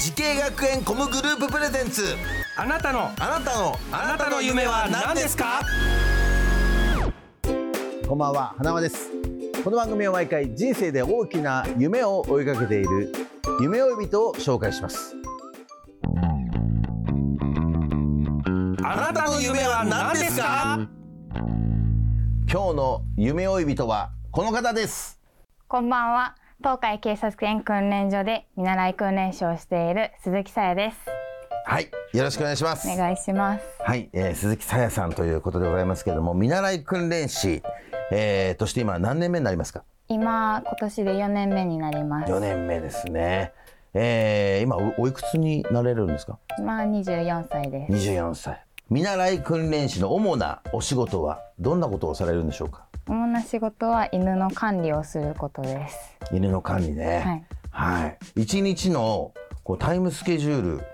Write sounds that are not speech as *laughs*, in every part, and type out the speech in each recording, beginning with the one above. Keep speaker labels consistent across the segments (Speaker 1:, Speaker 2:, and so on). Speaker 1: 時系学園コムグループプレゼンツ
Speaker 2: あなたの
Speaker 1: あなたのあなたの夢は何ですか
Speaker 3: こんばんは花輪ですこの番組は毎回人生で大きな夢を追いかけている夢追い人を紹介します
Speaker 1: あなたの夢は何ですか
Speaker 3: 今日の夢追い人はこの方です
Speaker 4: こんばんは。東海警察犬訓練所で見習い訓練士をしている鈴木さやです。
Speaker 3: はいよろしくお願いします
Speaker 4: お願いします。
Speaker 3: はい、えー鈴木さやさんということでございますけれども見習い訓練士、えーとして今何年目になりますか
Speaker 4: 今、今年で4年目になります。
Speaker 3: 4年目ですねえー今おおいくつになれるんですか
Speaker 4: まあ24歳です。
Speaker 3: 24歳見習い訓練士の主なお仕事はどんなことをされるんでしょうか
Speaker 4: 主な仕事は犬の管理をすることです。
Speaker 3: 犬の管理ね、
Speaker 4: はい。
Speaker 3: はい、1日のこうタイムスケジュール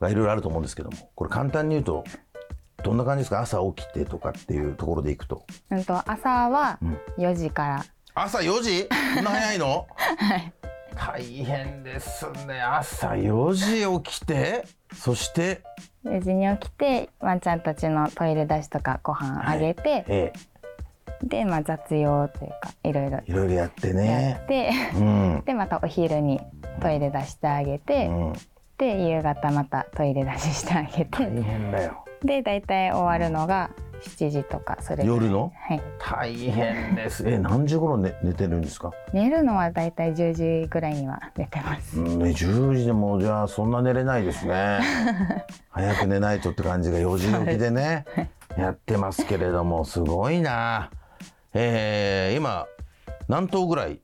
Speaker 3: がいろいろあると思うんですけどもこれ簡単に言うとどんな感じですか朝起きてとかっていうところでいくと
Speaker 4: うんと、朝は
Speaker 3: うん
Speaker 4: 4時から。
Speaker 3: 朝4時そんな早い *laughs* の大変ですね朝4時起きてそして、
Speaker 4: 4時に起きて、ワンちゃんたちのトイレ出しとかご飯あげて、
Speaker 3: え
Speaker 4: で、まあ雑用というか、いろいろ
Speaker 3: えいろいろやって
Speaker 4: や
Speaker 3: ね
Speaker 4: って、 *laughs*
Speaker 3: うん、
Speaker 4: で、またお昼にトイレ出してあげ
Speaker 3: う
Speaker 4: て、
Speaker 3: ん、
Speaker 4: で夕方またトイレ出ししてあげて、
Speaker 3: 大変だよ
Speaker 4: で大体終わるのが7時とかそれぐらい
Speaker 3: 夜の
Speaker 4: はい
Speaker 3: 大変ですえ何時頃寝寝てるんですか、
Speaker 4: 寝るのは大体10時ぐらいには寝てます *laughs*
Speaker 3: うん、ね10時でもじゃあそんな寝れないです *laughs* ね早く寝ないとって感じが4時起きでねやってますけれどもすごいなえー、今何頭ぐらい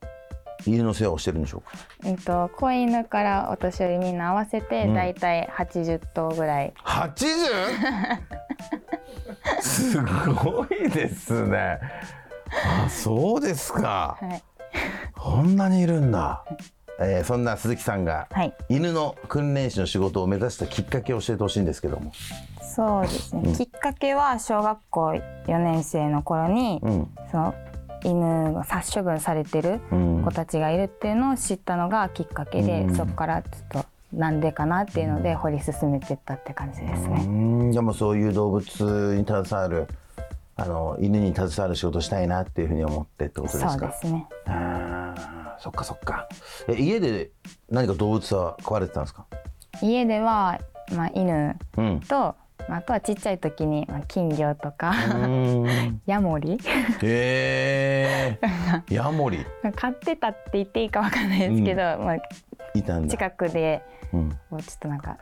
Speaker 3: 犬の世話をしてるんでしょうか
Speaker 4: うんと子犬からお年寄りみんな合わせて
Speaker 3: うん
Speaker 4: 大体80頭ぐらい、
Speaker 3: 八十？すごいですね。あ、そうですか。
Speaker 4: はい
Speaker 3: こんなにいるんだ。えー、そんな鈴木さんが
Speaker 4: はい
Speaker 3: 犬の訓練士の仕事を目指したきっかけを教えてほしいんですけども。
Speaker 4: そうですね、きっかけは小学校4年生の頃に、
Speaker 3: うん。
Speaker 4: その犬が殺処分されてる
Speaker 3: うん
Speaker 4: 子たちがいるっていうのを知ったのがきっかけで、
Speaker 3: うん
Speaker 4: そこからちょっとなんでかなっていうので掘り進めてったって感じです
Speaker 3: う
Speaker 4: ね、
Speaker 3: ん。でもそういう動物に携わるあの犬に携わる仕事をしたいなっていうふうに思ってってことですか。
Speaker 4: そうですね
Speaker 3: あーそっかそっか。え家で何か動物は飼われてたんですか。
Speaker 4: 家では、まあ、犬
Speaker 3: うん。
Speaker 4: とまああとはちっちゃい時に、まあ、金魚とか、
Speaker 3: うん
Speaker 4: ヤモリ *laughs*
Speaker 3: へえ。ヤモリ
Speaker 4: 飼ってたって言っていいかわかんないですけど、まあ、
Speaker 3: いたんだ。
Speaker 4: 近くで
Speaker 3: うん
Speaker 4: こうちょっとなんか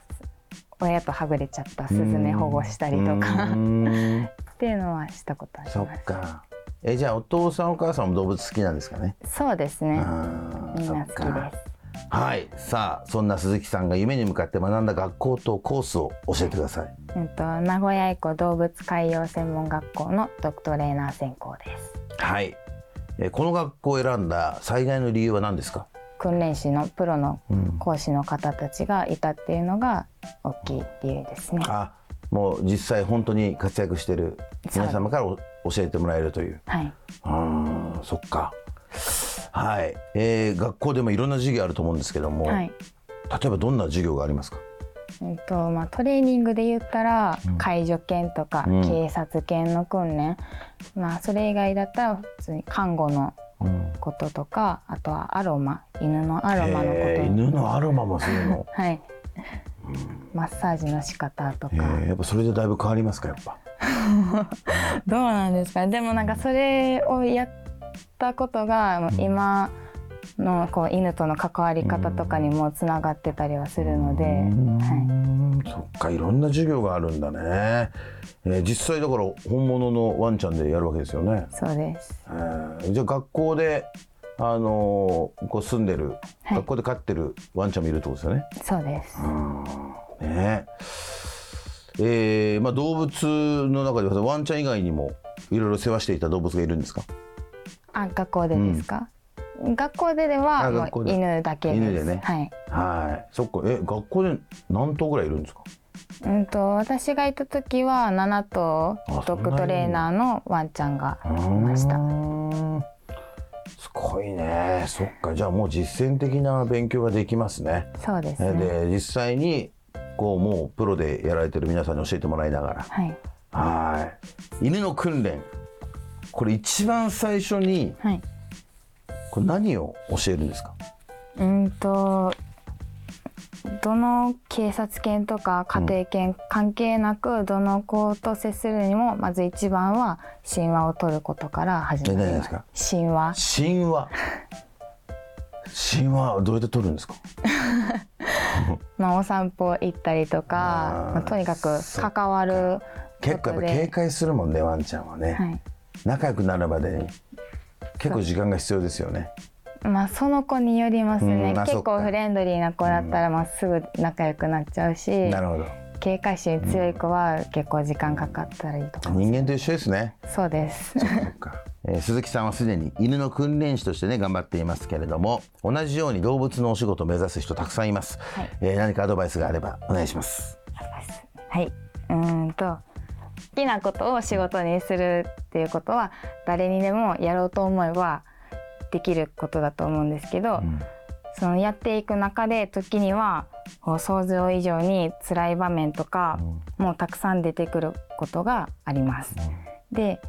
Speaker 4: 親とはぐれちゃったスズメ保護したりとか
Speaker 3: う
Speaker 4: っ
Speaker 3: ん
Speaker 4: ていうのはしたことあり
Speaker 3: そ
Speaker 4: ま
Speaker 3: っか。えじゃあお父さんお母さんも動物好きなんですかね。
Speaker 4: すそうですね
Speaker 3: あー
Speaker 4: みんな
Speaker 3: そ
Speaker 4: 好
Speaker 3: っ
Speaker 4: きで
Speaker 3: かはい。さあそんな鈴木さんが夢に向かって学んだ学校とコースを教えてください。
Speaker 4: す、うん、と名古屋エコ動物海洋専門学校のドクトレーナー専攻です
Speaker 3: はい。えこの学校を選んだ最大の理由は何ですか。
Speaker 4: 訓練士のプロの
Speaker 3: うん
Speaker 4: 講師の方たちがいたっていうのが大きい理由ですね
Speaker 3: あもう実際本当に活躍してる皆様からお教えてもらえるという。
Speaker 4: はい
Speaker 3: あーそっか。はい、えー学校でもいろんな授業あると思うんですけども、
Speaker 4: はい
Speaker 3: 例えばどんな授業がありますか。
Speaker 4: うんとまあ、トレーニングで言ったら、
Speaker 3: うん
Speaker 4: 介助犬とか、
Speaker 3: うん
Speaker 4: 警察犬の訓練、まあ、それ以外だったら普通に看護の
Speaker 3: うん、
Speaker 4: こととかあとはアロマ犬のアロマのこと
Speaker 3: 犬のアロマもするの。
Speaker 4: はい、マッサージの仕方とか
Speaker 3: えー、やっぱそれでだいぶ変わりますかやっぱ。
Speaker 4: どうなんですかねでもなんかそれをやったことが、
Speaker 3: ん
Speaker 4: 今のこう犬との関わり方とかにもつながってたりはするので、
Speaker 3: うーんそっかいろんな授業があるんだね。えー実際だから本物のワンちゃんでやるわけですよね。
Speaker 4: そうです。
Speaker 3: えーじゃあ学校であのーこう住んでる、
Speaker 4: はい
Speaker 3: ここで飼ってるワンちゃんもいるってことですよね。
Speaker 4: そうです。
Speaker 3: ねえーまあ、動物の中ではワンちゃん以外にもいろいろ世話していた動物がいるんですか
Speaker 4: あ、学校でですか。学校でで
Speaker 3: あ
Speaker 4: はも
Speaker 3: 学校
Speaker 4: う
Speaker 3: で
Speaker 4: 犬だけです。
Speaker 3: 犬でね
Speaker 4: はい。
Speaker 3: はいそっかえ学校で何頭ぐらいいるんですか
Speaker 4: うんと私がいた時は7頭
Speaker 3: あ
Speaker 4: ドッグトレーナーのワンちゃんがいました
Speaker 3: う。ーんすごいねそっかじゃあもう実践的な勉強ができますね
Speaker 4: そうです
Speaker 3: え
Speaker 4: ね。
Speaker 3: で実際にこうもうプロでやられてる皆さんに教えてもらいながら
Speaker 4: はい
Speaker 3: はい犬の訓練これ一番最初に
Speaker 4: はい。
Speaker 3: これ何を教えるんですか
Speaker 4: うんとどの警察犬とか家庭犬関係なくどの子と接するにもまず一番は神話を取ることから始ま
Speaker 3: え何
Speaker 4: り
Speaker 3: で
Speaker 4: ます
Speaker 3: か
Speaker 4: す。神話
Speaker 3: 神話神話はどうやって取るんですか
Speaker 4: まあお散歩行ったりと
Speaker 3: あ
Speaker 4: か
Speaker 3: ー
Speaker 4: まあとにかく
Speaker 3: そっか
Speaker 4: 関わる
Speaker 3: 結構やっぱ警戒するもんねワンちゃんはね、
Speaker 4: はい。
Speaker 3: 仲良くなるまでに結構時間が必要ですよね
Speaker 4: まあその子によりますね
Speaker 3: うんあ。そ
Speaker 4: 結
Speaker 3: っか
Speaker 4: 構フレンドリーな子だったらまあすぐ仲良くなっちゃうし、
Speaker 3: なるほど
Speaker 4: 警戒心強い子は結構時間かかったりとか。
Speaker 3: 人間と一緒ですね
Speaker 4: そうです。
Speaker 3: えー鈴木さんはすでに犬の訓練士としてね頑張っていますけれども同じように動物のお仕事を目指す人たくさんいます、
Speaker 4: はい
Speaker 3: えー何かアドバイスがあればお願いします
Speaker 4: *laughs* はい。うーんと好きなことを仕事にするっていうことは誰にでもやろうと思えばできることだと思うんですけど、
Speaker 3: ん
Speaker 4: そのやっていく中で時にはこう想像以上に辛い場面とか、もうたくさん出てくることがあります。で、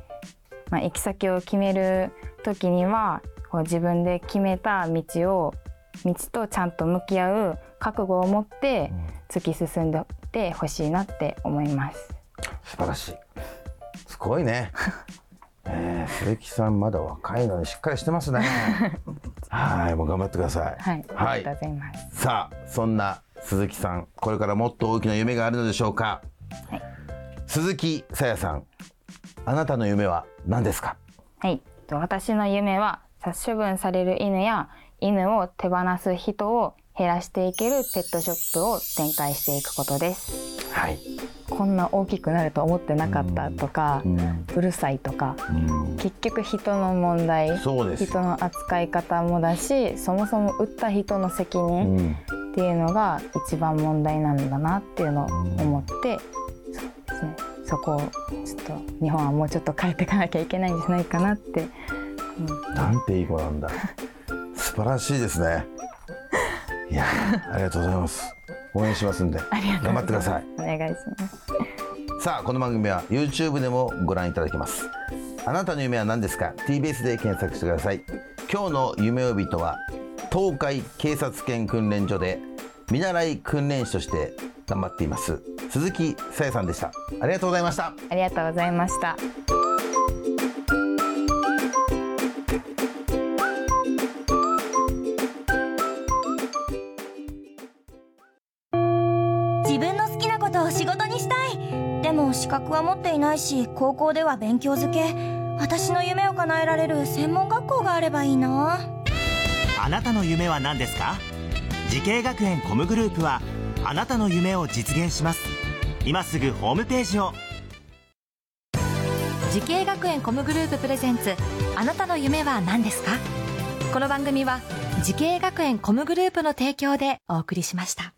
Speaker 4: まあ、行き先を決める時にはこう自分で決めた道を道とちゃんと向き合う覚悟を持って突き進んでってほしいなって思います。
Speaker 3: 素晴らしいすごいね、 *laughs* えー鈴木さんまだ若いのにしっかりして
Speaker 4: *laughs*
Speaker 3: ますねはいもう頑張ってください
Speaker 4: はい、あ
Speaker 3: は
Speaker 4: り
Speaker 3: い
Speaker 4: がとうございます。
Speaker 3: さあそんな鈴木さんこれからもっと大きな夢があるのでしょうか、鈴木さやさんあなたの夢は何ですか
Speaker 4: はい、と私の夢は殺処分される犬や犬を手放す人を減らしていけるペットショップを展開していくことです。
Speaker 3: はい、
Speaker 4: こんな大きくなると思ってなかったとか、
Speaker 3: うん
Speaker 4: うるさいとか、結局人の問題
Speaker 3: そうです
Speaker 4: 人の扱い方もだしそもそも売った人の責任
Speaker 3: うん
Speaker 4: っていうのが一番問題なんだなっていうのを思って、そうですね、そこをちょっと日本はもうちょっと変えていかなきゃいけないんじゃないか
Speaker 3: *laughs*
Speaker 4: なって
Speaker 3: なんていい子なんだ。素晴らしいですね。いや、ありがとうございます。応援しますんで、頑張ってください。
Speaker 4: お願いします。
Speaker 3: さあ、この番組は YouTube でもご覧いただけます。あなたの夢は何ですか ?TBS で検索してください。今日の夢呼びとは、東海警察犬訓練所で見習い訓練士として頑張っています。鈴木さやさんでした。ありがとうございました。
Speaker 4: ありがとうございました。
Speaker 5: 自分の好きなことを仕事にしたいでも資格は持っていないし高校では勉強づけ私の夢を叶えられる専門学校があればいいな
Speaker 6: あなたの夢は何ですか時系学園コムグループはあなたの夢を実現します今すぐホームページを
Speaker 7: 時系学園コムグループプレゼンツあなたの夢は何ですかこの番組は時系学園コムグループの提供でお送りしました